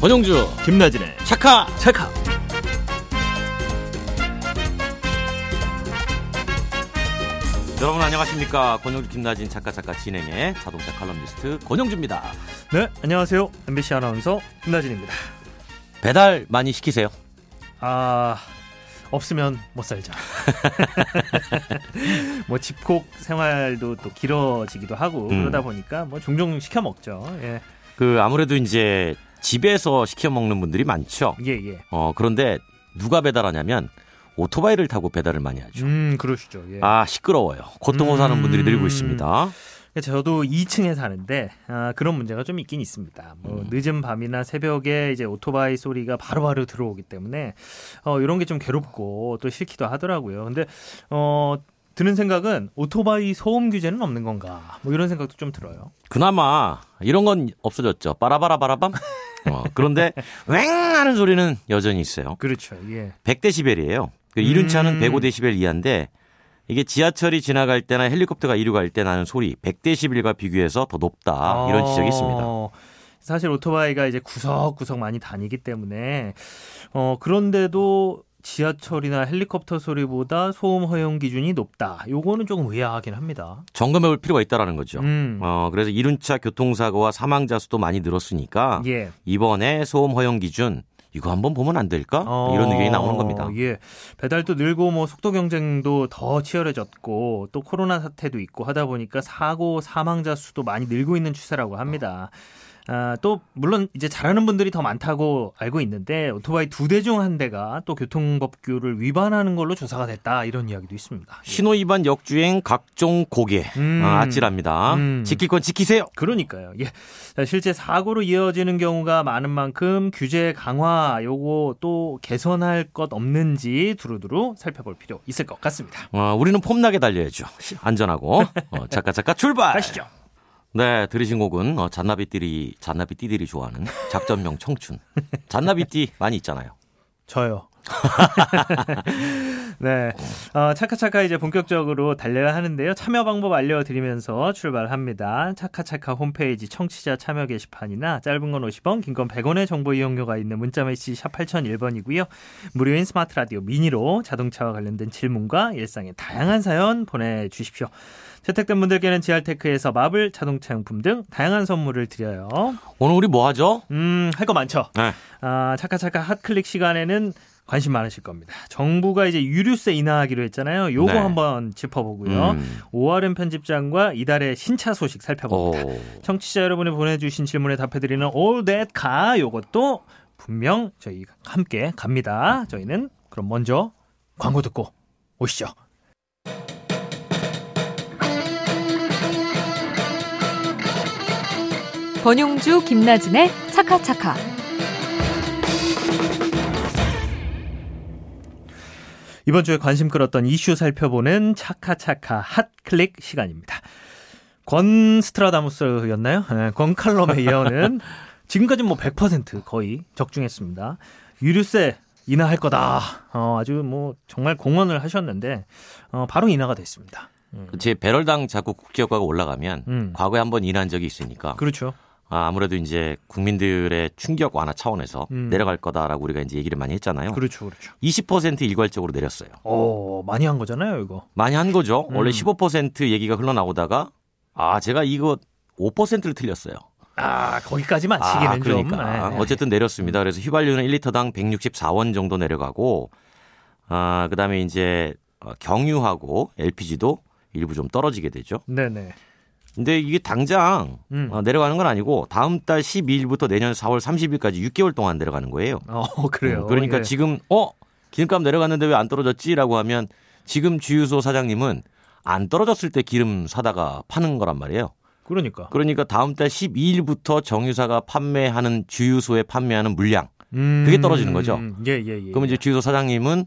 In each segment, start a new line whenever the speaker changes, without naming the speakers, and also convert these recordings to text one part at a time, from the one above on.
권영주
김나진의
샤카
찰카
여러분 안녕하십니까 권영주 김나진 작가 작가 진행의 자동차 칼럼니스트 권영주입니다
네 안녕하세요 MBC 아나운서 김나진입니다
배달 많이 시키세요
아 없으면 못 살자 뭐 집콕 생활도 또 길어지기도 하고
음.
그러다 보니까 뭐 종종 시켜 먹죠 예예예
그 아무래도 이제 집에서 시켜 먹는 분들이 많죠
예,
어 그런데 누가 배달하냐면 오토바이를 타고 배달을 많이 하죠
음 그러시죠 예.
아 시끄러워요 고통호 사는
음.
분들이 늘고 있습니다
그러니까 저도 2층에 사는데 아, 그런 문제가 좀 있긴 있습니다. 뭐 늦은 밤이나 새벽에 이제 오토바이 소리가 바로바로 들어오기 때문에 어, 이런 게 좀 괴롭고 또 싫기도 하더라고요. 근데 어, 드는 생각은 오토바이 소음 규제는 없는 건가? 뭐 이런 생각도 좀 들어요.
그나마 이런 건 없어졌죠 빠라바라바라밤 어, 그런데 왱 하는 소리는 여전히 있어요
그렇죠. 예.
100데시벨이에요. 그 이륜차는
음.
105데시벨 이하인데 이게 지하철이 지나갈 때나 헬리콥터가 이륙할 때 나는 소리 100데시벨과 비교해서 더 높다 아, 이런 지적이 있습니다.
어, 사실 오토바이가 이제 구석구석 많이 다니기 때문에 어, 그런데도 지하철이나 헬리콥터 소리보다 소음 허용 기준이 높다. 요거는 조금 의아하긴 합니다.
점검해 볼 필요가 있다라는 거죠.
음.
어, 그래서 이륜차 교통사고와 사망자 수도 많이 늘었으니까
예.
이번에 소음 허용 기준 이거 한번 보면 안 될까?
어,
이런 의견이 나오는 겁니다.
예. 배달도 늘고 뭐 속도 경쟁도 더 치열해졌고 또 코로나 사태도 있고 하다 보니까 사고 사망자 수도 많이 늘고 있는 추세라고 합니다. 아, 또 물론 이제 잘하는 분들이 더 많다고 알고 있는데 오토바이 두 대 중 한 대가 또 교통법규를 위반하는 걸로 조사가 됐다 이런 이야기도 있습니다. 예.
신호 위반 역주행 각종 고개
음.
아, 아찔합니다.
음.
지킬 건 지키세요.
그러니까요. 예. 자, 실제 사고로 이어지는 경우가 많은 만큼 규제 강화 요거 또 개선할 것 없는지 두루두루 살펴볼 필요 있을 것 같습니다.
어, 우리는 폼나게 달려야죠. 안전하고 어, 작가 작가 출발.
가시죠.
네, 들으신 곡은 어, 잔나비띠들이 잔나비띠들이 좋아하는 작전명 청춘. 잔나비띠 많이 있잖아요.
저요. 네. 어, 차카차카 이제 본격적으로 달려야 하는데요. 참여 방법 알려드리면서 출발합니다. 차카차카 홈페이지 청취자 참여 게시판이나 짧은 건 50원, 긴 건 100원의 정보 이용료가 있는 문자메시지 샵 8001번이고요. 무료인 스마트 라디오 미니로 자동차와 관련된 질문과 일상의 다양한 사연 보내주십시오. 채택된 분들께는 GR테크에서 마블, 자동차 용품 등 다양한 선물을 드려요.
오늘 우리 뭐 하죠?
음, 할 거 많죠?
네.
아, 차카차카 핫클릭 시간에는 관심 많으실 겁니다. 정부가 이제 유류세 인하하기로 했잖아요. 요거
네.
한번 짚어보고요.
음.
오아름 편집장과 이달의 신차 소식 살펴봅니다.
오.
청취자 여러분이 보내주신 질문에 답해드리는 All That Car 요것도 분명 저희 함께 갑니다. 저희는 그럼 먼저 광고 듣고 오시죠.
권용주 김나진의 차카차카
이번 주에 관심 끌었던 이슈 살펴보는 차카차카 핫클릭 시간입니다. 권 스트라다무스였나요? 네, 권 칼럼에 이어는 지금까지 뭐 100% 거의 적중했습니다. 유류세 인하할 거다. 어, 아주 뭐 정말 공언을 하셨는데 어, 바로 인하가 됐습니다.
제 배럴당 자꾸 국제효과가 올라가면
음.
과거에 한번 인한 적이 있으니까
그렇죠.
아, 무래도 이제 국민들의 충격 완화 차원에서
음.
내려갈 거다라고 우리가 이제 얘기를 많이 했잖아요.
그렇죠. 그렇죠.
20% 일괄적으로 내렸어요.
어, 많이 한 거잖아요, 이거.
많이 한 거죠. 원래
음.
15% 얘기가 흘러나오다가 아 제가 이거 5%를 틀렸어요.
아, 거기까지만 시기는
아,
좀.
그러니까.
네.
어쨌든 내렸습니다. 그래서 휘발유는 1리터당 164원 정도 내려가고, 아, 그 다음에 이제 어, 경유하고 LPG도 일부 좀 떨어지게 되죠.
네네.
근데 이게 당장
음.
어, 내려가는 건 아니고, 다음 달 12일부터 내년 4월 30일까지 6개월 동안 내려가는 거예요.
어, 그래요.
음, 그러니까
예.
지금, 어? 기름값 내려갔는데 왜 안 떨어졌지? 라고 하면 지금 주유소 사장님은 안 떨어졌을 때 기름 사다가 파는 거란 말이에요.
그러니까.
그러니까 다음 달 12일부터 정유사가 판매하는 주유소에 판매하는 물량
음.
그게 떨어지는 거죠.
예, 예, 예.
그러면 이제 주유소 사장님은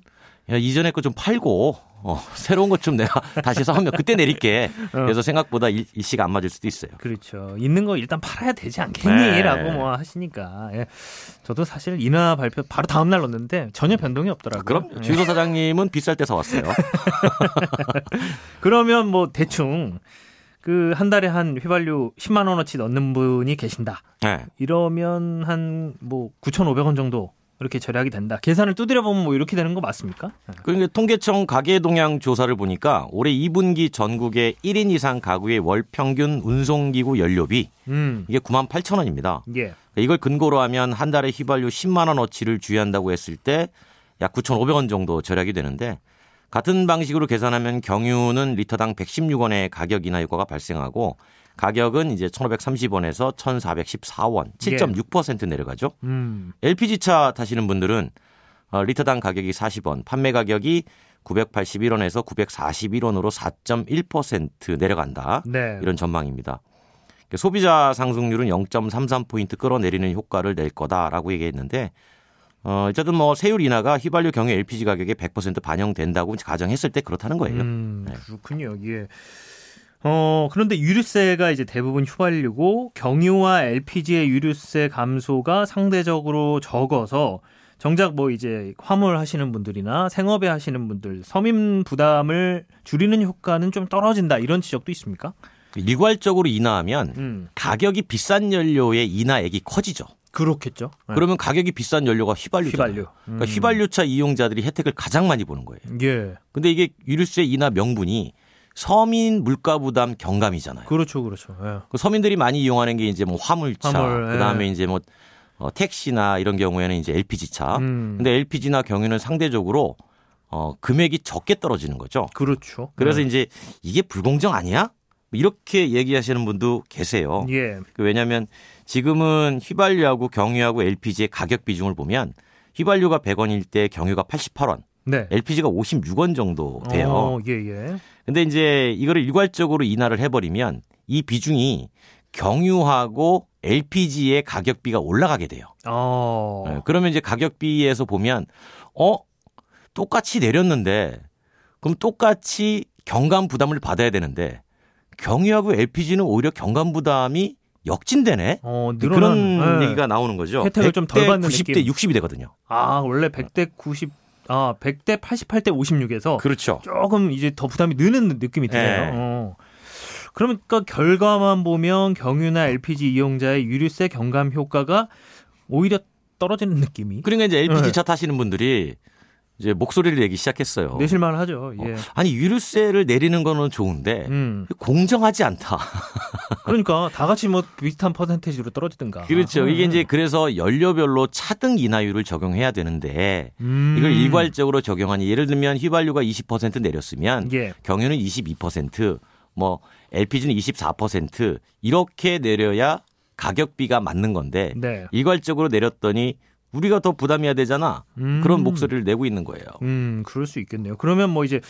야, 이전에 거 좀 팔고 어, 새로운 것 좀 내가 다시 사오면 그때 내릴게.
어.
그래서 생각보다 일, 일시가 안 맞을 수도 있어요.
그렇죠. 있는 거 일단 팔아야 되지 않겠니?
네.
라고 뭐 하시니까. 예. 저도 사실 인하 발표 바로 다음 날 넣었는데 전혀 변동이 없더라고요.
그럼
예.
주유소 사장님은 비쌀 때 사왔어요.
그러면 뭐 대충 그 한 달에 한 휘발유 10만 원어치 넣는 분이 계신다.
네.
이러면 한 뭐 9,500원 정도 이렇게 절약이 된다. 계산을 두드려 보면 뭐 이렇게 되는 거 맞습니까? 네.
그러니까 통계청 가계 동향 조사를 보니까 올해 2분기 전국의 1인 이상 가구의 월 평균 운송기구 연료비
음.
이게 9만 8천 원입니다. 그러니까
예.
이걸 근거로 하면 한 달에 휘발유 10만 원어치를 주의한다고 했을 때 약 9,500원 정도 절약이 되는데 같은 방식으로 계산하면 경유는 리터당 116원의 가격 인하 효과가 발생하고 가격은 이제 1,530원에서 1,414원, 7.6% 내려가죠.
음.
LPG 차 타시는 분들은 어, 리터당 가격이 40원, 판매 가격이 981원에서 941원으로 4.1% 내려간다.
네.
이런 전망입니다. 그러니까 소비자 상승률은 0.33포인트 끌어내리는 효과를 낼 거다라고 얘기했는데 어, 어쨌든 뭐 세율 인하가 휘발유 경유 LPG 가격에 100% 반영된다고 가정했을 때 그렇다는 거예요.
음,
네.
그렇군요. 예. 어, 그런데 유류세가 이제 대부분 휘발유고 경유와 LPG의 유류세 감소가 상대적으로 적어서 정작 뭐 이제 화물 하시는 분들이나 생업에 하시는 분들 서민 부담을 줄이는 효과는 좀 떨어진다 이런 지적도 있습니까?
일괄적으로 인하하면
음.
가격이 비싼 연료의 인하액이 커지죠.
그렇겠죠. 네.
그러면 가격이 비싼 연료가 휘발유.
휘발유. 음.
그러니까 휘발유차 이용자들이 혜택을 가장 많이 보는 거예요.
예.
근데 이게 유류세 인하 명분이 서민 물가 부담 경감이잖아요.
그렇죠. 그렇죠. 예.
그 서민들이 많이 이용하는 게 이제 뭐 화물차,
화물,
그다음에
예.
이제 뭐 어, 택시나 이런 경우에는 이제 LPG 차.
음.
아, 근데 LPG나 경유는 상대적으로 어, 금액이 적게 떨어지는 거죠.
그렇죠.
그래서
예.
이제 이게 불공정 아니야? 뭐 이렇게 얘기하시는 분도 계세요. 그
예.
왜냐하면 지금은 휘발유하고 경유하고 LPG의 가격 비중을 보면 휘발유가 100원일 때 경유가 88원,
네.
LPG가 56원 정도 돼요.
어, 예, 예.
근데 이제 이거를 일괄적으로 인하를 해버리면 이 비중이 경유하고 LPG의 가격비가 올라가게 돼요.
어.
예, 그러면 이제 가격비에서 보면 어 똑같이 내렸는데 그럼 똑같이 경감 부담을 받아야 되는데 경유하고 LPG는 오히려 경감 부담이 역진되네.
어,
그런
늘어난- 예.
얘기가 나오는 거죠.
혜택을 좀덜
100대
받는
90대
느낌.
60이 되거든요.
아, 원래 100대 90, 아, 100대 88대 56에서
그렇죠.
조금 이제 더 부담이 느는 느낌이 드네요.
네.
어. 그러니까 결과만 보면 경유나 LPG 이용자의 유류세 경감 효과가 오히려 떨어지는 느낌이
그러니까 이제
네.
LPG 차 타시는 분들이 이제 목소리를 내기 시작했어요.
내실만 하죠. 예.
어, 아니 유류세를 내리는 거는 좋은데
음. 아.
공정하지 않다.
그러니까 다 같이 뭐 비슷한 퍼센테이지로 떨어지든가.
그렇죠. 이게
음.
이제 그래서 연료별로 차등 인하율을 적용해야 되는데
음.
이걸 일괄적으로 적용하니 예를 들면 휘발유가 20% 내렸으면
예.
경유는 22%뭐 LPG는 24% 이렇게 내려야 가격비가 맞는 건데
네.
일괄적으로 내렸더니 우리가 더 부담해야 되잖아.
음.
그런 목소리를 내고 있는 거예요.
음, 그럴 수 있겠네요. 그러면 뭐 이제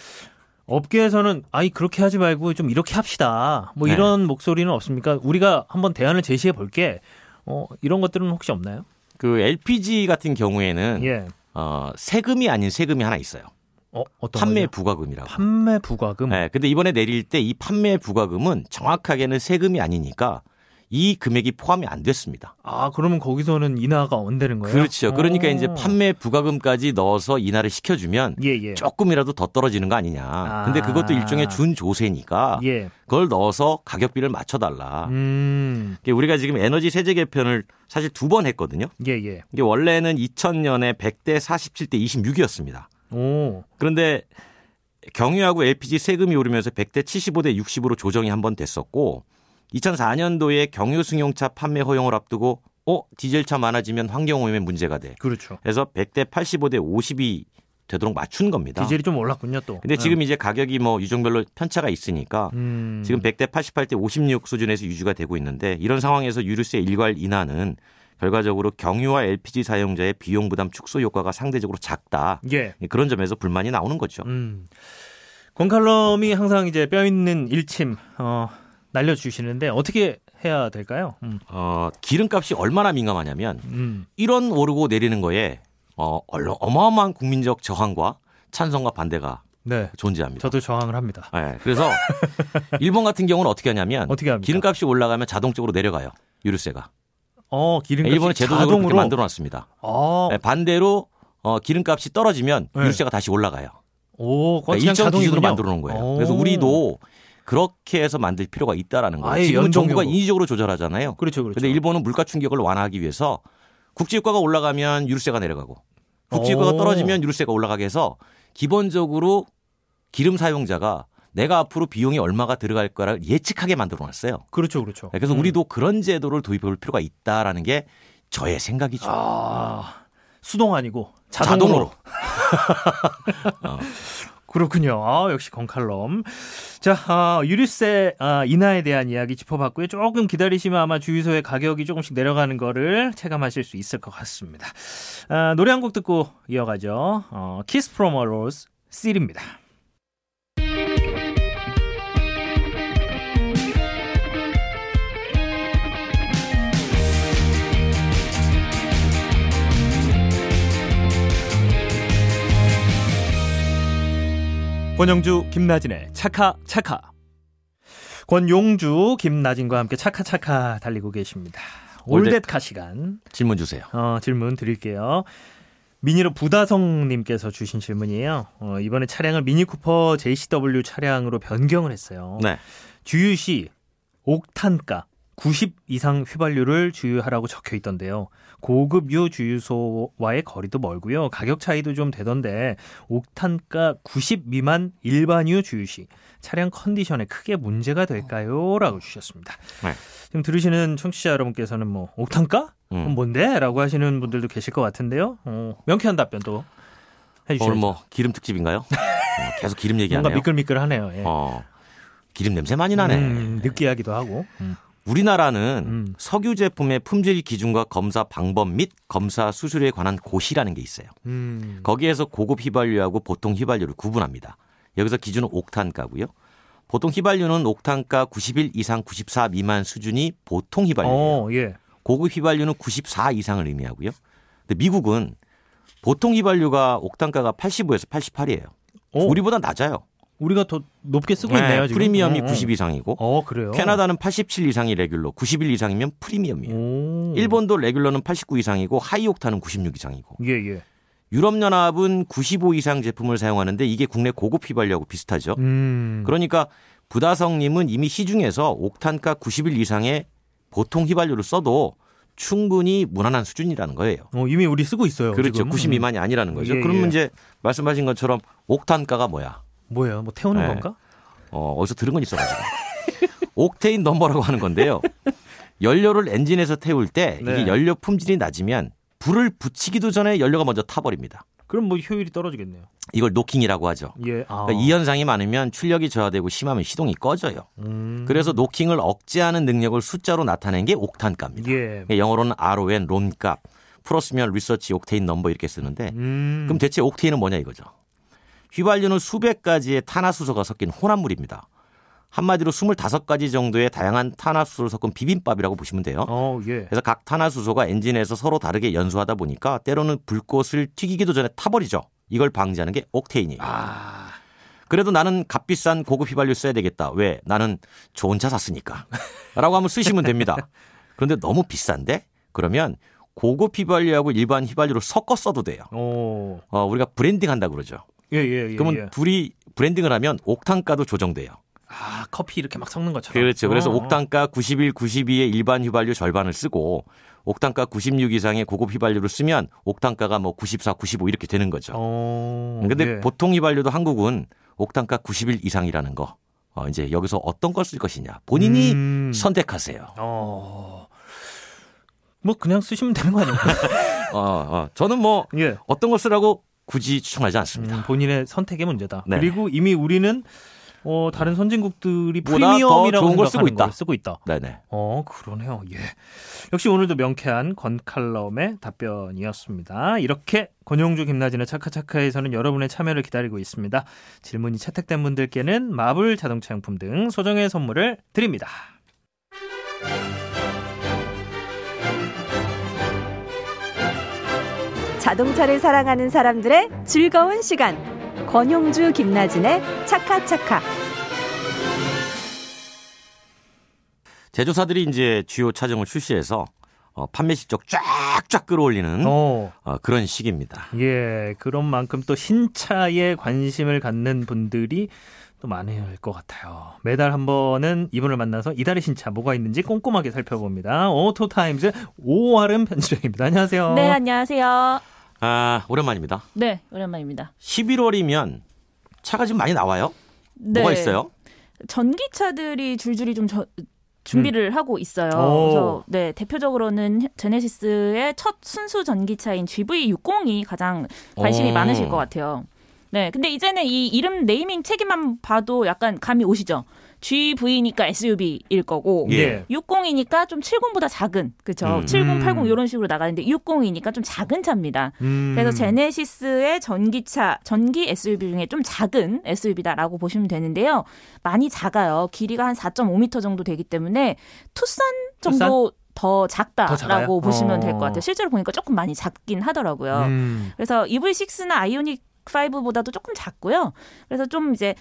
업계에서는 아이 그렇게 하지 말고 좀 이렇게 합시다. 뭐
네.
이런 목소리는 없습니까? 우리가 한번 대안을 제시해 볼게. 어, 이런 것들은 혹시 없나요?
그 LPG 같은 경우에는
예.
어, 세금이 아닌 세금이 하나 있어요.
어, 어떤
판매
거죠?
부과금이라고.
판매 부과금.
네, 근데 이번에 내릴 때 이 판매 부과금은 정확하게는 세금이 아니니까 이 금액이 포함이 안 됐습니다.
아, 그러면 거기서는 인하가 안 되는 거예요?
그렇죠. 그러니까
어.
이제 판매 부과금까지 넣어서 인하를 시켜주면
예, 예.
조금이라도 더 떨어지는 거 아니냐. 근데 그것도 일종의 준조세니까
예.
그걸 넣어서 가격비를 맞춰달라.
음.
이게 우리가 지금 에너지 세제 개편을 사실 두 번 했거든요.
예, 예.
이게 원래는 2000년에 100대 47대 26이었습니다.
오.
그런데 경유하고 LPG 세금이 오르면서 100대 75대 60으로 조정이 한 번 됐었고 2004년도에 경유 승용차 판매 허용을 앞두고 어 디젤차 많아지면 환경 오염에 문제가 돼.
그렇죠.
그래서 100대 85대 50이 되도록 맞춘 겁니다.
디젤이 좀 올랐군요, 또.
근데
네.
지금 이제 가격이 뭐 유종별로 편차가 있으니까
음.
지금 100대 88대 56 수준에서 유지가 되고 있는데 이런 상황에서 유류세 일괄 인하는 결과적으로 경유와 LPG 사용자의 비용 부담 축소 효과가 상대적으로 작다.
예.
그런 점에서 불만이 나오는 거죠.
음. 권칼럼이 항상 이제 뼈 있는 일침 어, 날려주시는데 어떻게 해야 될까요? 음.
어, 기름값이 얼마나 민감하냐면
음.
1원 오르고 내리는 거에 어, 얼- 어마어마한 국민적 저항과 찬성과 반대가
네.
존재합니다.
저도 저항을 합니다.
예, 그래서 일본 같은 경우는 어떻게 하냐면
어떻게 합니까?
기름값이 올라가면 자동적으로 내려가요. 유류세가. 예,
어, 기름값이
일본은 제도적으로
자동으로
그렇게 만들어 놨습니다.
아,
예, 반대로 어, 기름값이 떨어지면
네.
유류세가 다시 올라가요.
오,
그러니까
그냥
일정 기준으로
자동이군요.
만들어 놓은 거예요.
오.
그래서 우리도 그렇게 해서 만들 필요가 있다라는 거예요.
아예
지금
연동
정부가
요구.
인위적으로 조절하잖아요.
그렇죠, 그렇죠.
근데 일본은 물가 충격을 완화하기 위해서 국제유가가 올라가면 유류세가 내려가고 국제유가가
오.
떨어지면 유류세가 올라가게 해서 기본적으로 기름 사용자가 내가 앞으로 비용이 얼마가 들어갈 거를 예측하게 만들어 놨어요. 네,
그렇죠, 그렇죠.
그래서
음.
우리도 그런 제도를 도입해 볼 필요가 있다라는 게 저의 생각이죠.
아 수동 아니고
자동으로.
자동으로. 그렇군요. 아, 역시 건칼럼. 자, 아, 유류세 아, 인하에 대한 이야기 짚어봤고요. 조금 기다리시면 아마 주유소의 가격이 조금씩 내려가는 거를 체감하실 수 있을 것 같습니다. 아, 노래 한 곡 듣고 이어가죠. 어, Kiss from a Rose, 씰입니다. 권영주 김나진의 차카 차카 권용주 김나진과 함께 차카 차카 달리고 계십니다. 올데카 시간
질문 주세요.
어, 질문 드릴게요. 미니로 부다성님께서 주신 질문이에요. 어, 이번에 차량을 미니쿠퍼 JCW 차량으로 변경을 했어요.
네.
주유 시 옥탄가 90 이상 휘발유를 주유하라고 적혀 있던데요. 고급유 주유소와의 거리도 멀고요. 가격 차이도 좀 되던데 옥탄가 90 미만 일반유 주유 시 차량 컨디션에 크게 문제가 될까요? 라고 주셨습니다.
네.
지금 들으시는 청취자 여러분께서는 뭐 옥탄가?
음.
그럼 뭔데? 라고 하시는 분들도 계실 것 같은데요. 어, 명쾌한 답변도 해주시죠.
오늘 뭐 기름 특집인가요? 어, 계속 기름
뭔가
얘기하네요.
미끌미끌하네요. 예.
어, 기름 냄새 많이 나네.
음, 느끼하기도 하고. 음.
우리나라는
음.
석유 제품의 품질 기준과 검사 방법 및 검사 수수료에 관한 고시라는 게 있어요.
음.
거기에서 고급 휘발유하고 보통 휘발유를 구분합니다. 여기서 기준은 옥탄가고요. 보통 휘발유는 옥탄가 91 이상 94 미만 수준이 보통 휘발유예요.
어, 예.
고급 휘발유는 94 이상을 의미하고요. 근데 미국은 보통 휘발유가 옥탄가가 85에서 88이에요.
어, 우리,
우리보다 낮아요.
우리가 더 높게 쓰고 있네요. 지금.
프리미엄이
어, 어.
90 이상이고
어, 그래요.
캐나다는 87 이상이 레귤러, 91 이상이면 프리미엄이에요.
오.
음. 일본도 레귤러는 89 이상이고 하이옥타는 96 이상이고
예, 예.
유럽연합은 95 이상 제품을 사용하는데 이게 국내 고급 휘발유하고 비슷하죠.
음.
그러니까 부다성님은 이미 시중에서 옥탄가 91 이상의 보통 휘발유를 써도 충분히 무난한 수준이라는 거예요.
어, 이미 우리 쓰고 있어요.
그렇죠.
지금.
90 미만이 아니라는 거죠.
예,
그러면
예.
이제 말씀하신 것처럼 옥탄가가 뭐야?
뭐예요? 뭐 태우는
네.
건가?
어, 어디서 들은 건 있어가지고. 옥테인 넘버라고 하는 건데요. 연료를 엔진에서 태울 때
네.
이게 연료 품질이 낮으면 불을 붙이기도 전에 연료가 먼저 타버립니다.
그럼 뭐 효율이 떨어지겠네요.
이걸 노킹이라고 하죠.
예. 아.
그러니까 이 현상이 많으면 출력이 저하되고 심하면 시동이 꺼져요.
음.
그래서 노킹을 억제하는 능력을 숫자로 나타낸 게 옥탄값입니다.
예.
그러니까 영어로는 RON, 론값, 풀었으면 리서치 옥테인 넘버 이렇게 쓰는데
음.
그럼 대체 옥테인은 뭐냐 이거죠. 휘발유는 수백 가지의 탄화수소가 섞인 혼합물입니다. 한마디로 25가지 정도의 다양한 탄화수소를 섞은 비빔밥이라고 보시면 돼요.
어, 예.
그래서 각 탄화수소가 엔진에서 서로 다르게 연소하다 보니까 때로는 불꽃을 튀기기도 전에 타버리죠. 이걸 방지하는 게 옥테인이에요.
아.
그래도 나는 값비싼 고급 휘발유 써야 되겠다. 왜? 나는 좋은 차 샀으니까. 라고 하면 쓰시면 됩니다. 그런데 너무 비싼데? 그러면 고급 휘발유하고 일반 휘발유를 섞어 써도 돼요.
어.
어, 우리가 브랜딩 한다 그러죠.
예, 예, 예.
그러면
예.
둘이 브랜딩을 하면 옥탄가도 조정돼요.
아, 커피 이렇게 막 섞는 것처럼.
그렇죠. 그래서
어.
옥탄가 91, 92의 일반 휘발유 절반을 쓰고 옥탄가 96 이상의 고급 휘발유를 쓰면 옥탄가가 뭐 94, 95 이렇게 되는 거죠.
어.
음, 근데
예.
보통 휘발유도 한국은 옥탄가 90일 이상이라는 거. 어, 이제 여기서 어떤 걸 쓸 것이냐. 본인이
음.
선택하세요.
어. 뭐 그냥 쓰시면 되는 거 아닙니까?
어, 어. 저는 뭐
예.
어떤 걸 쓰라고 굳이 추천하지
음,
않습니다.
본인의 선택의 문제다.
네.
그리고 이미 우리는 어, 다른 선진국들이
보다 더
프리미엄이라고
좋은 걸 쓰고
생각하는 걸
있다.
쓰고 있다.
네네.
어, 그러네요. 예. 역시 오늘도 명쾌한 권칼럼의 답변이었습니다. 이렇게 권용주 김나진의 차카차카에서는 여러분의 참여를 기다리고 있습니다. 질문이 채택된 분들께는 마블 자동차 용품 등 소정의 선물을 드립니다.
자동차를 사랑하는 사람들의 즐거운 시간. 권용주 김나진의 차카차카.
제조사들이 이제 주요 차종을 출시해서 어, 판매 실적 쫙쫙 끌어올리는
어,
어, 그런 시기입니다.
예. 그런 만큼 또 신차에 관심을 갖는 분들이 또 많을 것 같아요. 매달 한 번은 이분을 만나서 이달의 신차 뭐가 있는지 꼼꼼하게 살펴봅니다. 오토타임즈 오아름 편집장입니다. 안녕하세요.
네, 안녕하세요.
아, 오랜만입니다.
네, 오랜만입니다.
11월이면 차가 지금 많이 나와요?
네.
뭐가 있어요?
전기차들이 줄줄이 좀 저-
음.
준비를 하고 있어요.
오.
그래서 네, 대표적으로는 제네시스의 첫 순수 전기차인 GV60이 가장 관심이
오.
많으실 것 같아요. 네, 근데 이제는 이 이름 네이밍 책임만 봐도 약간 감이 오시죠. GV니까 SUV일 거고
예.
60이니까 좀 70보다 작은 그렇죠.
음.
70, 80 이런 식으로 나가는데 60이니까 좀 작은 차입니다.
음.
그래서 제네시스의 전기차, 전기 SUV 중에 좀 작은 SUV다라고 보시면 되는데요. 많이 작아요. 길이가 한 4.5m 정도 되기 때문에 투싼 정도 더
더 작아요?
작다라고 보시면 될 것
어.
같아요. 실제로 보니까 조금 많이 작긴 하더라고요.
음.
그래서 EV6나 아이오닉 5보다도 조금 작고요. 그래서 좀 이제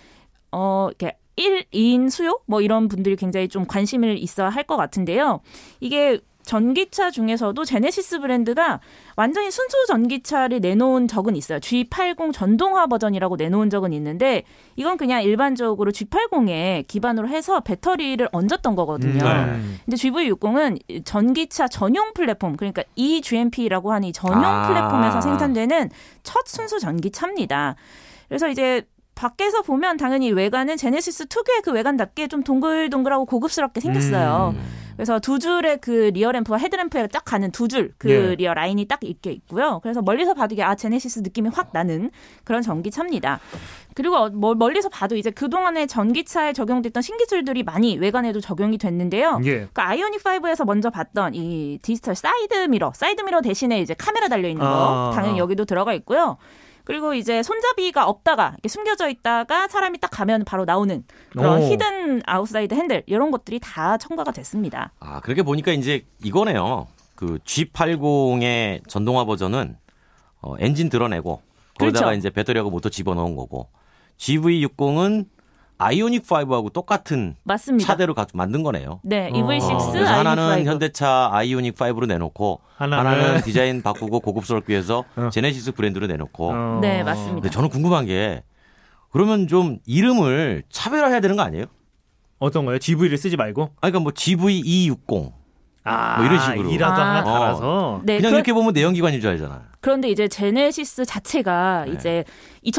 어 이렇게 1인 수요 뭐 이런 분들이 굉장히 좀 관심을 있어 할 것 같은데요. 이게 전기차 중에서도 제네시스 브랜드가 완전히 순수 전기차를 내놓은 적은 있어요. G80 전동화 버전이라고 내놓은 적은 있는데 이건 그냥 일반적으로 G80에 기반으로 해서 배터리를 얹었던 거거든요.
음.
근데 GV60은 전기차 전용 플랫폼 그러니까 eGMP라고 하는 이 전용
아.
플랫폼에서 생산되는 첫 순수 전기차입니다. 그래서 이제 밖에서 보면 당연히 외관은 제네시스 특유의 그 외관답게 좀 동글동글하고 고급스럽게 생겼어요.
음.
그래서 두 줄의 그 리어 램프와 헤드 램프에 쫙 가는 두 줄 그
네.
예.
리어 라인이 딱 이렇게 있고요. 그래서 멀리서 봐도 이게 아 제네시스 느낌이 확 나는 그런 전기차입니다. 그리고 어, 뭐- 멀리서 봐도 이제 그동안에 전기차에 적용됐던 신기술들이 많이 외관에도 적용이 됐는데요.
예.
그 아이오닉 5에서 먼저 봤던 이 디지털 사이드 미러, 사이드 미러 대신에 이제 카메라 달려 있는 거
아,
당연히
아.
여기도 들어가 있고요. 그리고 이제 손잡이가 없다가 이렇게 숨겨져 있다가 사람이 딱 가면 바로 나오는 그런
오.
히든 아웃사이드 핸들 이런 것들이 다 첨가가 됐습니다.
아, 그렇게 보니까 이제 이거네요. 그 G80의 전동화 버전은 어, 엔진 드러내고 거기다가
그렇죠.
이제 배터리하고 모터 집어넣은 거고 GV60은 아이오닉 5하고 똑같은
맞습니다.
차대로 가- 만든 거네요.
네,
어.
어,
EV6,
그래서 하나는
아이오닉 5.
현대차 아이오닉 5로 내놓고
하나는-
하나는, 디자인 바꾸고 고급스럽기 위해서
네. 어.
제네시스 브랜드로 내놓고
어.
네, 맞습니다.
근데 저는 궁금한 게 그러면 좀 이름을 차별화해야 되는 거 아니에요?
어떤 거요? GV를 쓰지 말고
아 그러니까 뭐 GV260
아,
뭐 이런 식으로.
이라도
아.
하나 달아서
네,
그냥
그런-
이렇게 보면 내연기관인 줄 알잖아.
그런데 이제 제네시스 자체가
네.
이제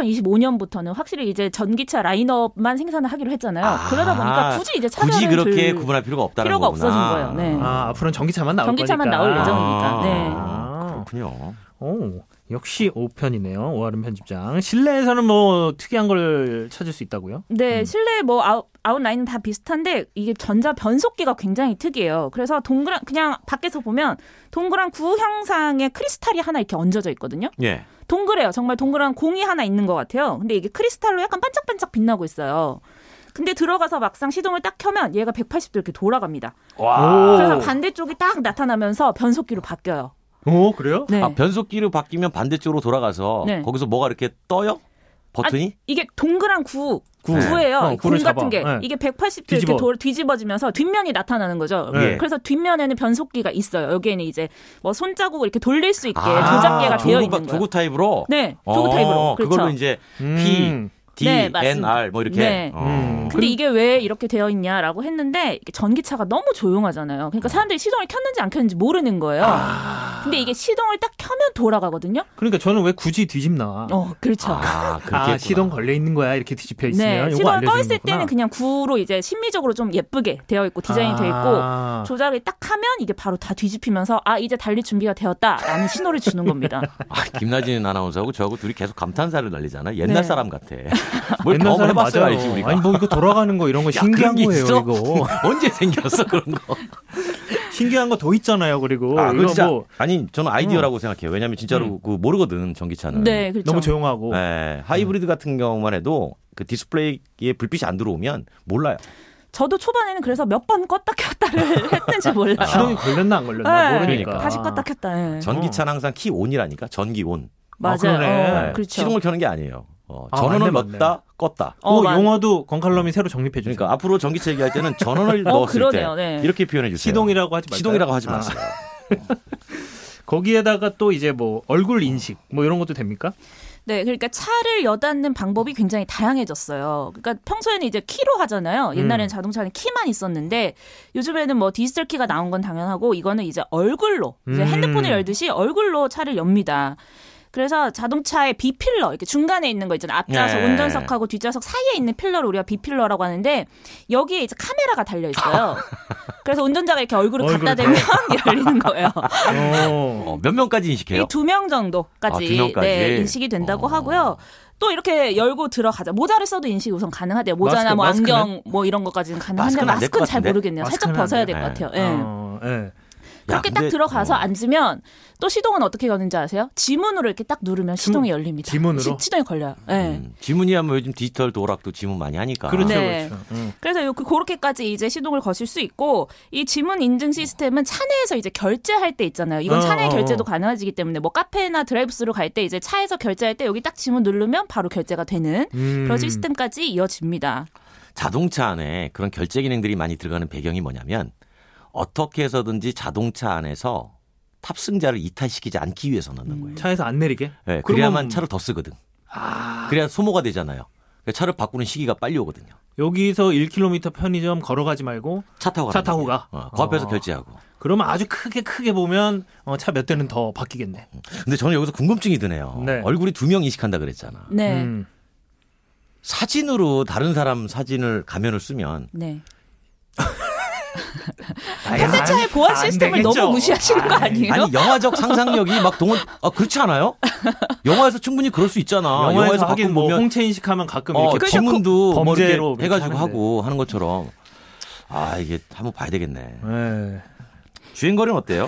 2025년부터는 확실히 이제 전기차 라인업만 생산을 하기로 했잖아요.
아,
그러다 보니까 굳이 이제 차별을
굳이 그렇게
둘-
구분할 필요가 없다는
필요가
거구나.
없어진 거예요. 네.
아, 앞으로는 전기차만 나올
전기차만
거니까.
나올 예정이니까. 네.
아, 그렇군요.
오, 역시 5편이네요. 오아름 편집장. 실내에서는 뭐 특이한 걸 찾을 수 있다고요?
네, 실내 뭐 아웃, 아웃라인은 다 비슷한데 이게 전자 변속기가 굉장히 특이해요. 그래서 동그란 그냥 밖에서 보면 동그란 구 형상의 크리스탈이 하나 이렇게 얹어져 있거든요.
예.
동그래요. 정말 동그란 공이 하나 있는 것 같아요. 근데 이게 크리스탈로 약간 반짝반짝 빛나고 있어요. 근데 들어가서 막상 시동을 딱 켜면 얘가 180도 이렇게 돌아갑니다. 그래서
와.
반대쪽이 딱 나타나면서 변속기로 바뀌어요.
오, 그래요?
네.
아, 변속기로 바뀌면 반대쪽으로 돌아가서
네.
거기서 뭐가 이렇게 떠요? 버튼이?
이게 동그란 구,
구.
구예요.
어,
이
구를
공
잡아.
같은 게
네.
이게 180도
뒤집어.
이렇게 돌- 뒤집어지면서 뒷면이 나타나는 거죠.
네.
그래서 뒷면에는 변속기가 있어요. 여기에는 이제 뭐 손자국 이렇게 돌릴 수 있게
아,
조작계가 되어
조구
있는
바-
거예요.
조구 타입으로.
네, 조그 타입으로.
어,
그렇죠.
그걸로 이제 P, D,
네, 맞습니다.
N, R 뭐 이렇게.
네.
어.
음.
근데 이게 왜 이렇게 되어 있냐라고 했는데 이게 전기차가 너무 조용하잖아요.
어.
그러니까 사람들이 시동을 켰는지 안 켰는지 모르는 거예요.
아.
근데 이게 시동을 딱 켜면 돌아가거든요.
그러니까 저는 왜 굳이 뒤집나?
어, 그렇죠.
아, 그렇게
아,
했구나.
시동 걸려 있는 거야. 이렇게 뒤집혀 있으면
네,
요거
시동을
알려주는
꺼 있을
거구나.
때는 그냥 구로 이제 심미적으로 좀 예쁘게 되어 있고 디자인이 되어 있고
아.
조작을 딱 하면 이게 바로 다 뒤집히면서 아 이제 달릴 준비가 되었다라는 신호를 주는 겁니다.
아, 김나진 아나운서하고 저하고 둘이 계속 감탄사를 날리잖아. 옛날
네.
사람 같아. 뭘
옛날
경험을
사람
해봤어야
맞아요.
알지 우리가.
아니 뭐 이거 돌아가는 거 이런 거
야, 그런
신기한
게
거예요,
있어?
이거.
언제 생겼어 그런 거?
신기한 거 더 있잖아요, 그리고.
아,
이거
그 진짜
뭐 음.
아니 저는 아이디어라고 생각해요. 왜냐하면 진짜로 그 모르거든 전기차는.
네, 그렇죠.
너무 조용하고.
네,
음.
하이브리드 같은 경우만 해도 그 디스플레이에 불빛이 안 들어오면 몰라요.
저도 초반에는 그래서 몇 번 껐다 켰다를 했는지 몰라요.
시동이 걸렸나 안 걸렸나
네,
모르니까.
다시 껐다 켰다. 예.
전기차는 항상 키 온이라니까 전기 온.
맞아요.
그러네.
어,
네,
그렇죠.
시동을 켜는 게 아니에요. 어,
아,
전원을
맞네,
넣다 껐다.
어,
오,
맞-
용어도 건칼럼이 새로 정립해 주니까
그러니까 앞으로 전기차 얘기할 때는 전원을
어,
넣었을
그러네요.
때
네.
이렇게 표현해 주세요.
시동이라고 하지 마세요.
시동이라고 하지
아,
마세요.
거기에다가 또 이제 뭐 얼굴 인식 뭐 이런 것도 됩니까?
네, 그러니까 차를 여닫는 방법이 굉장히 다양해졌어요. 그러니까 평소에는 이제 키로 하잖아요. 옛날에는
음.
자동차는 키만 있었는데 요즘에는 뭐 디지털 키가 나온 건 당연하고 이거는 이제 얼굴로 이제
음.
핸드폰을 열듯이 얼굴로 차를 엽니다. 그래서 자동차의 비필러 이렇게 중간에 있는 거 있잖아요. 앞좌석
네.
운전석하고 뒷좌석 사이에 있는 필러를 우리가 비필러라고 하는데 여기에 이제 카메라가 달려 있어요. 그래서 운전자가 이렇게 얼굴을
얼굴을
갖다 대면 열리는 거예요.
어.
어, 몇 명까지 인식해요?
이 두 명
아, 두
정도까지
명까지.
네, 인식이 된다고
어.
하고요. 또 이렇게 열고 들어가자. 모자를 써도 인식이 우선 가능하대요.
마스크,
모자나 뭐
마스크는?
안경 뭐 이런 것까지는 가능한데
마스크는 안될것
마스크는 잘
같은데?
모르겠네요. 살짝
마스크는
벗어야
안
될
돼.
것 같아요. 예.
어, 예.
그렇게
야,
딱
근데-
들어가서
어.
앉으면 또 시동은 어떻게 여는지 아세요? 지문으로 이렇게 딱 누르면 시동이 열립니다.
지문으로?
시, 동이 걸려요. 예.
음, 지문이야 뭐 요즘 디지털 도락도 지문 많이 하니까.
그렇죠,
네.
그렇죠. 음.
그래서 요- 그- 그렇게까지 이제 시동을 거실 수 있고 이 지문 인증 시스템은 차 내에서 이제 결제할 때 있잖아요. 이건 차
어,
내
어,
결제도
어.
가능해지기 때문에 뭐 카페나 드라이브스루 갈 때 이제 차에서 결제할 때 여기 딱 지문 누르면 바로 결제가 되는
음.
그런 시스템까지 이어집니다.
자동차 안에 그런 결제 기능들이 많이 들어가는 배경이 뭐냐면 어떻게 해서든지 자동차 안에서 탑승자를 이탈시키지 않기 위해서
음.
넣는 거예요.
차에서 안 내리게?
예,
그러면- 아.
그래야만 차를 더 쓰거든. 그래야 소모가 되잖아요. 그러니까 차를 바꾸는 시기가 빨리 오거든요.
여기서 1km 편의점 걸어가지 말고
차 타고
차
가는
타고
거예요.
가.
어, 그 앞에서
어.
결제하고.
그러면 아주 크게 크게 보면 어, 차 몇 대는 더 바뀌겠네.
근데 저는 여기서 궁금증이 드네요.
네.
얼굴이 두 명 인식한다 그랬잖아.
네.
음.
사진으로 다른 사람 사진을 가면을 쓰면
네.
아니,
현대차의
안-
보안
안
시스템을
되겠죠.
너무 무시하시는 거 아니에요?
아니 영화적 상상력이 막 동원 아 그렇지 않아요? 영화에서 충분히 그럴 수 있잖아.
영화에서, 하긴
가끔
뭐
보면
홍채 인식하면 가끔
어,
이렇게 그러니까
지문도 뭐 이렇게
범죄로 이렇게
해가지고
하는데.
하고 하는 것처럼 아 이게 한번 봐야 되겠네.
네.
주행거리는 어때요?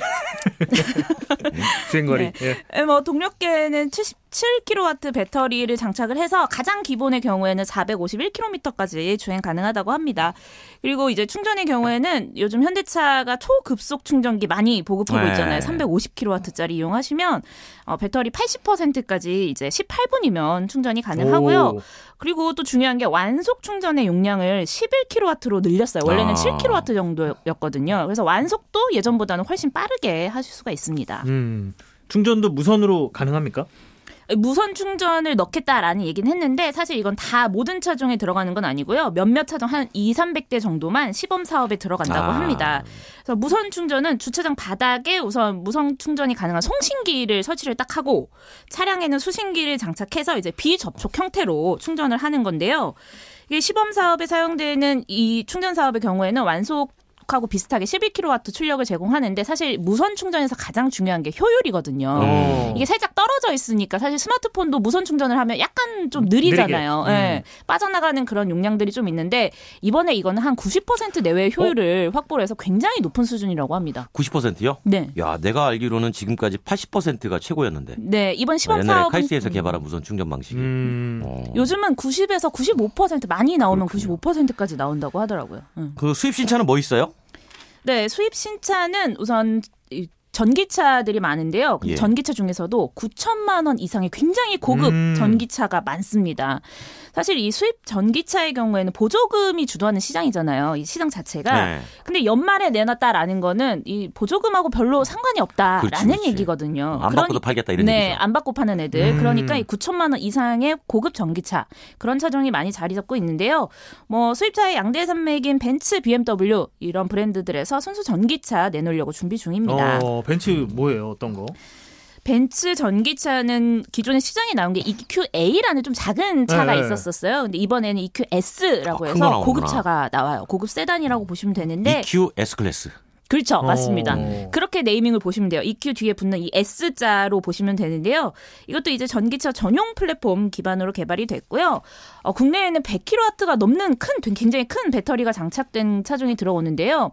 주행거리. 예.
예, 뭐 동력계는 77kW 배터리를 장착을 해서 가장 기본의 경우에는 451km까지 주행 가능하다고 합니다. 그리고 이제 충전의 경우에는 요즘 현대차가 초급속 충전기 많이 보급하고
네.
있잖아요. 350kW짜리 이용하시면 어, 배터리 80%까지 이제 18분이면 충전이 가능하고요.
오.
그리고 또 중요한 게 완속 충전의 용량을 11kW로 늘렸어요. 원래는
아.
7kW 정도였거든요. 그래서 완속도 예전보다는 훨씬 빠르게 하실 수가 있습니다.
음. 충전도 무선으로 가능합니까?
무선 충전을 넣겠다라는 얘기는 했는데 사실 이건 다 모든 차종에 들어가는 건 아니고요. 몇몇 차종 한 2, 300대 정도만 시범 사업에 들어간다고
아.
합니다. 그래서 무선 충전은 주차장 바닥에 우선 무선 충전이 가능한 송신기를 설치를 딱 하고 차량에는 수신기를 장착해서 이제 비접촉 형태로 충전을 하는 건데요. 이게 시범 사업에 사용되는 이 충전 사업의 경우에는 완속 하고 비슷하게 11kW 출력을 제공하는데 사실 무선 충전에서 가장 중요한 게 효율이거든요.
어.
이게 살짝 떨어져 있으니까 사실 스마트폰도 무선 충전을 하면 약간 좀 느리잖아요.
음.
느리게.
예. 빠져나가는 그런 용량들이 좀 있는데 이번에 이거는 한 90%
어?
내외의 효율을 확보를 해서 굉장히 높은 수준이라고 합니다.
90%요?
네.
야 내가 알기로는 지금까지 80%가 최고였는데
네, 이번
어,
시범
옛날에
사업은 음.
카이스에서 개발한 무선 충전 방식이
음.
어.
요즘은 90에서 95% 많이 나오면 95%까지 나온다고 하더라고요. 음. 응.
그 수입 신차는 뭐 있어요?
네, 수입 신차는 우선 이 전기차들이 많은데요.
예.
전기차 중에서도 9천만 원 이상의 굉장히 고급
음.
전기차가 많습니다. 사실 이 수입 전기차의 경우에는 보조금이 주도하는 시장이잖아요. 이 시장 자체가.
네.
근데 연말에 내놨다라는 거는 이 보조금하고 별로 상관이 없다라는
그렇지, 그렇지.
어,
얘기거든요.
안
그러니-
바꿔도 팔겠다 이런
네,
얘기죠.
안 받고 파는 애들.
음.
그러니까 이 9천만 원 이상의 고급 전기차 그런 차종이 많이 자리 잡고 있는데요. 뭐 수입차의 양대 산맥인 벤츠, BMW 이런 브랜드들에서 순수 전기차 내놓으려고 준비 중입니다.
어, 벤츠 뭐예요? 어떤 거?
벤츠 전기차는 기존에 시장에 나온 게 EQA라는 좀 작은 차가
네.
있었었어요. 근데 이번에는 EQS라고
아, 큰거
해서
나오는구나.
고급차가 나와요. 고급 세단이라고 보시면 되는데
EQ S 클래스.
그렇죠,
어.
맞습니다. 그렇게 네이밍을 보시면 돼요. EQ 뒤에 붙는 이 S자로 보시면 되는데요. 이것도 이제 전기차 전용 플랫폼 기반으로 개발이 됐고요. 어, 국내에는 100kW가 넘는 큰, 굉장히 큰 배터리가 장착된 차종이 들어오는데요.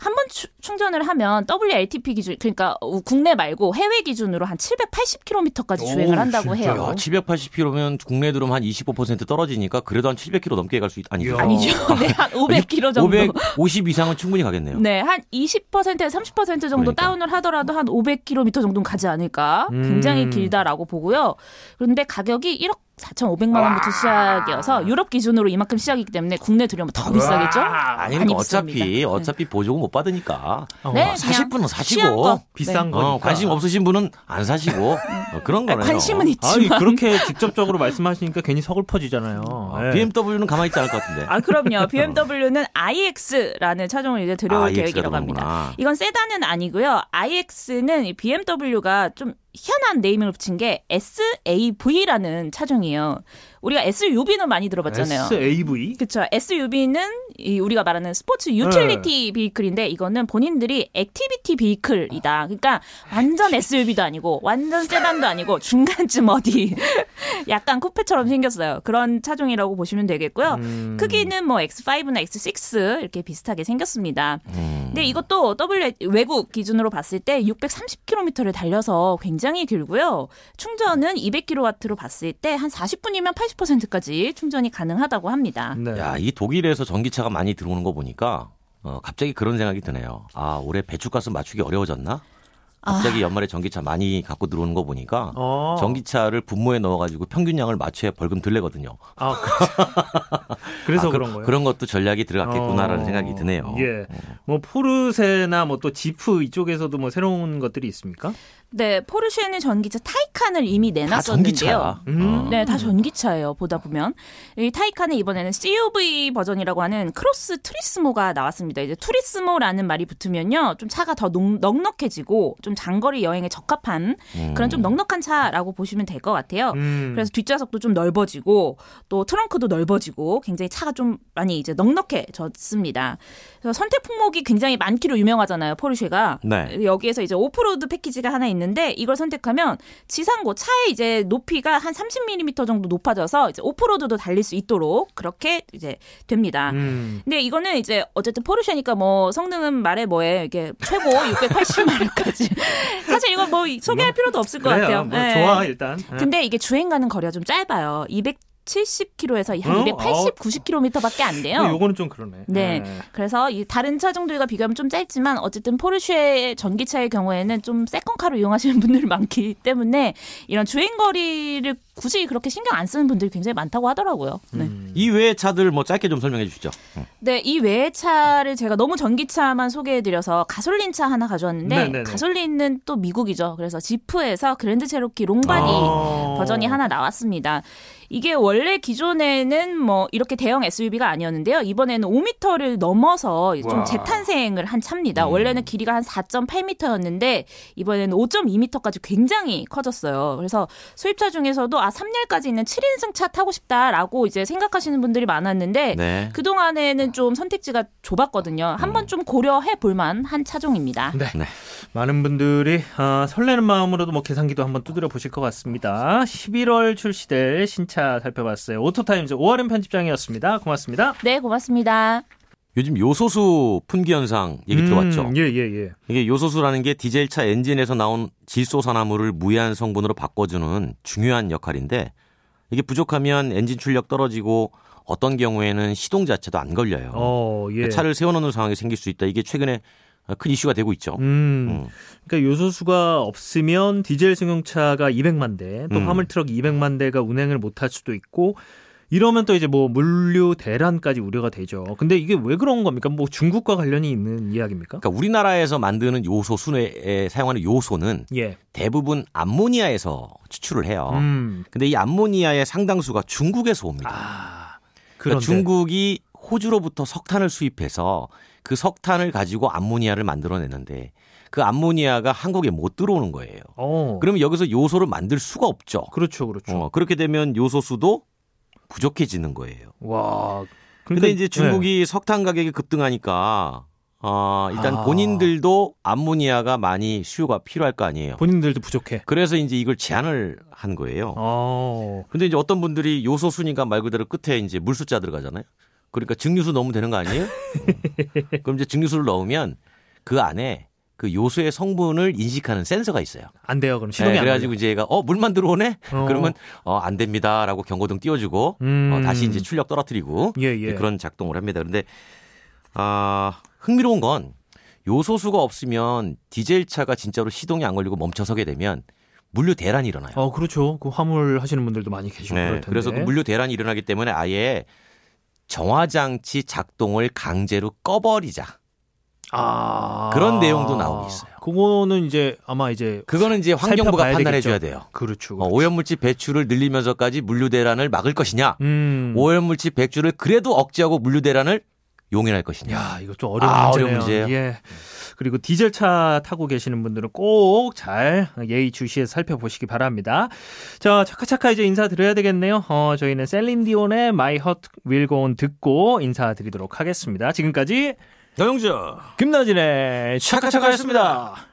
한 번 충전을 하면 WLTP 기준, 그러니까 어, 국내 말고 해외 기준으로 한 780km까지 주행을
오,
한다고
진짜요?
해요.
야, 780km면 국내 들으면 한 25% 떨어지니까 그래도 한 700km 넘게 갈 수 있. 아니
이야.
아니죠. 네, 한 500km 정도.
550 이상은 충분히 가겠네요.
네, 한 20%에서 30% 정도
그러니까.
다운을 하더라도 한 500km 정도는 가지 않을까.
음.
굉장히 길다라고 보고요. 그런데 가격이 1억 4,500만 원부터 시작이어서 유럽 기준으로 이만큼 시작이기 때문에 국내 들여면 더 비싸겠죠?
아니
많이
면 어차피
비쌉니다.
어차피 보조금 못 받으니까
어,
네,
40분은 사시고
취향껏.
비싼
네.
거니까. 아,
어, 관심 없으신 분은 안 사시고 어, 그런
아,
거네요.
관심은
아니,
있지만.
그렇게 직접적으로 말씀하시니까 괜히 서글퍼지잖아요.
아,
예.
BMW는 가만히 있지 않을 것 같은데.
네. 아 그럼요. BMW는 iX라는 차종을 이제 들여올
EX 가
계획이라고 합니다.
아, 들어오는구나.
이건 세단은 아니고요. iX는 BMW가 좀 희한한 네이밍을 붙인 게 SAV라는 차종이에요. 우리가 SUV는 많이 들어봤잖아요.
SAV?
그렇죠. SUV는 이 우리가 말하는 스포츠 유틸리티 비이클인데 이거는 본인들이 액티비티 비이클이다. 그러니까 완전 SUV도 아니고 완전 세단도 아니고 중간쯤 어디 약간 쿠페처럼 생겼어요. 그런 차종이라고 보시면 되겠고요.
음.
크기는 뭐 X5나 X6 이렇게 비슷하게 생겼습니다.
음.
근데 이것도 W 외국 기준으로 봤을 때 630km를 달려서 굉장히 길고요. 충전은 200kW로 봤을 때 한 40분이면 80%까지 충전이 가능하다고 합니다.
네.
야, 이 독일에서 전기차가 많이 들어오는 거 보니까 어, 갑자기 그런 생각이 드네요. 아, 올해 배추가스 맞추기 어려워졌나? 갑자기
아.
연말에 전기차 많이 갖고 들어오는 거 보니까
어.
전기차를 분모에 넣어가지고 평균량을 맞춰야 벌금 덜 내거든요.
아, 그- 그래서
아, 그-
그런 거예요.
그런 것도 전략이 들어갔겠구나라는
어.
생각이 드네요.
예. 뭐 포르쉐나 뭐 또 지프 이쪽에서도 뭐 새로운 것들이 있습니까?
네, 포르쉐는 전기차 타이칸을 이미
다
내놨었는데요.
전기차야.
음.
어.
네, 다 전기차예요. 보다 보면 이 타이칸은 이번에는 CUV 버전이라고 하는 크로스 트리스모가 나왔습니다. 이제 트리스모라는 말이 붙으면요, 좀 차가 더 넉, 넉넉해지고 좀 장거리 여행에 적합한
음.
그런 좀 넉넉한 차라고 보시면 될 것 같아요.
음.
그래서 뒷좌석도 좀 넓어지고 또 트렁크도 넓어지고 굉장히 차가 좀 많이 이제 넉넉해졌습니다. 그래서 선택 품목이 굉장히 많기로 유명하잖아요. 포르쉐가
네.
여기에서 이제 오프로드 패키지가 하나 있는데 이걸 선택하면 지상고 차의 이제 높이가 한 30mm 정도 높아져서 이제 오프로드도 달릴 수 있도록 그렇게 이제 됩니다.
음.
근데 이거는 이제 어쨌든 포르쉐니까 뭐 성능은 말해 뭐해 이게 최고 680마일까지 사실 이거 뭐 소개할 필요도 없을 것
그래요.
같아요.
뭐
네.
좋아 일단.
근데 이게 주행 가는 거리가 좀 짧아요. 270km에서 한
어?
280, 90km밖에 안
예. 근데
돼요.
요거는 좀 그러네.
네.
예.
그래서 이 다른 차종들과 비교하면 좀 짧지만 어쨌든 포르쉐 전기차의 경우에는 좀 세컨카로 이용하시는 분들이 많기 때문에 이런 주행 거리를 굳이 그렇게 신경 안 쓰는 분들이 굉장히 많다고 하더라고요. 네.
음.
이 외의 차들 뭐 짧게 좀 설명해 주시죠.
네, 이 외의 차를 제가 너무 전기차만 소개해드려서 가솔린 차 하나 가져왔는데
네네네.
가솔린은 또 미국이죠. 그래서 지프에서 그랜드 체로키 롱바디
아.
버전이 하나 나왔습니다. 이게 원래 기존에는 뭐 이렇게 대형 SUV가 아니었는데요. 이번에는 5m를 넘어서
와.
좀 재탄생을 한 차입니다. 원래는 길이가 한 4.8m였는데 이번에는 5.2m까지 굉장히 커졌어요. 그래서 수입차 중에서도 아 3열까지 있는 7인승 차 타고 싶다라고 이제 생각하시는 분들이 많았는데
네.
그 동안에는 좀 선택지가 좁았거든요. 한번 좀 고려해 볼 만한 차종입니다.
네.
네.
많은 분들이 아, 설레는 마음으로도 뭐 계산기도 한번 두드려 보실 것 같습니다. 11월 출시될 신차 살펴봤어요. 오토타임즈 오하름 편집장이었습니다. 고맙습니다.
네, 고맙습니다.
요즘 요소수 품귀 현상 얘기 들어봤죠.
음, 예, 예, 예.
이게 요소수라는 게 디젤차 엔진에서 나온 질소산화물을 무해한 성분으로 바꿔주는 중요한 역할인데 이게 부족하면 엔진 출력 떨어지고 어떤 경우에는 시동 자체도 안 걸려요.
어, 예.
차를 세워놓는 상황이 생길 수 있다. 이게 최근에 큰 이슈가 되고 있죠.
음.
음.
그러니까 요소수가 없으면 디젤 승용차가 200만 대, 또
음.
화물 트럭 200만 대가 운행을 못 할 수도 있고 이러면 또 이제 뭐 물류 대란까지 우려가 되죠. 근데 이게 왜 그런 겁니까? 뭐 중국과 관련이 있는 이야기입니까?
그러니까 우리나라에서 만드는 요소수에 사용하는 요소는
예.
대부분 암모니아에서 추출을 해요.
음.
근데 이 암모니아의 상당수가 중국에서 옵니다.
아.
그러니까
그런데
중국이 호주로부터 석탄을 수입해서 그 석탄을 가지고 암모니아를 만들어내는데 그 암모니아가 한국에 못 들어오는 거예요.
어.
그러면 여기서 요소를 만들 수가 없죠.
그렇죠, 그렇죠.
어, 그렇게 되면 요소수도 부족해지는 거예요.
와. 그러니까
그런데
네.
이제 중국이 석탄 가격이 급등하니까 어, 일단
아.
본인들도 암모니아가 많이 수요가 필요할 거 아니에요.
네. 본인들도 부족해.
그래서 이제 이걸 제한을 한 거예요.
어.
근데 이제 어떤 분들이 요소 순위가 말 그대로 끝에 이제 물숫자 들어가잖아요. 그러니까 증류수 넣으면 되는 거 아니에요? 음. 그럼 이제 증류수를 넣으면 그 안에 그 요소의 성분을 인식하는 센서가 있어요.
아, 안 돼요. 그럼 시동이
네,
안
그래가지고
돼요.
이제 얘가 어 물만 들어오네?
어.
그러면 어 안 됩니다라고 경고등 띄워주고
음.
어, 다시 이제 출력 떨어뜨리고
예, 예.
그런 작동을 합니다. 그런데 아 흥미로운 건 요소수가 없으면 디젤 차가 진짜로 시동이 안 걸리고 멈춰서게 되면 물류 대란이 일어나요.
어, 그렇죠. 그 화물 하시는 분들도 많이 계시고 그럴
네,
텐데.
그래서 그 물류 대란이 일어나기 때문에 아예 정화 장치 작동을 강제로 꺼버리자.
아.
그런 내용도 나오고 있어요.
그거는 이제 아마 이제
그거는 이제 환경부가
살펴봐야
판단해 줘야
되겠죠.
돼요.
그렇죠.
어, 오염물질 배출을 늘리면서까지 물류 대란을 막을 것이냐,
음.
오염물질 배출을 그래도 억제하고 물류 대란을 용인할 것이냐.
야, 이거 좀 어려운
아,
문제네요.
어려운 문제예요.
예. 그리고 디젤차 타고 계시는 분들은 꼭 잘 예의주시해 서 살펴보시기 바랍니다. 자, 차카차카 이제 인사드려야 되겠네요. 어, 저희는 셀린디온의 My Heart Will Go On 듣고 인사드리도록 하겠습니다. 지금까지
영영주
김나진의 차카차카였습니다.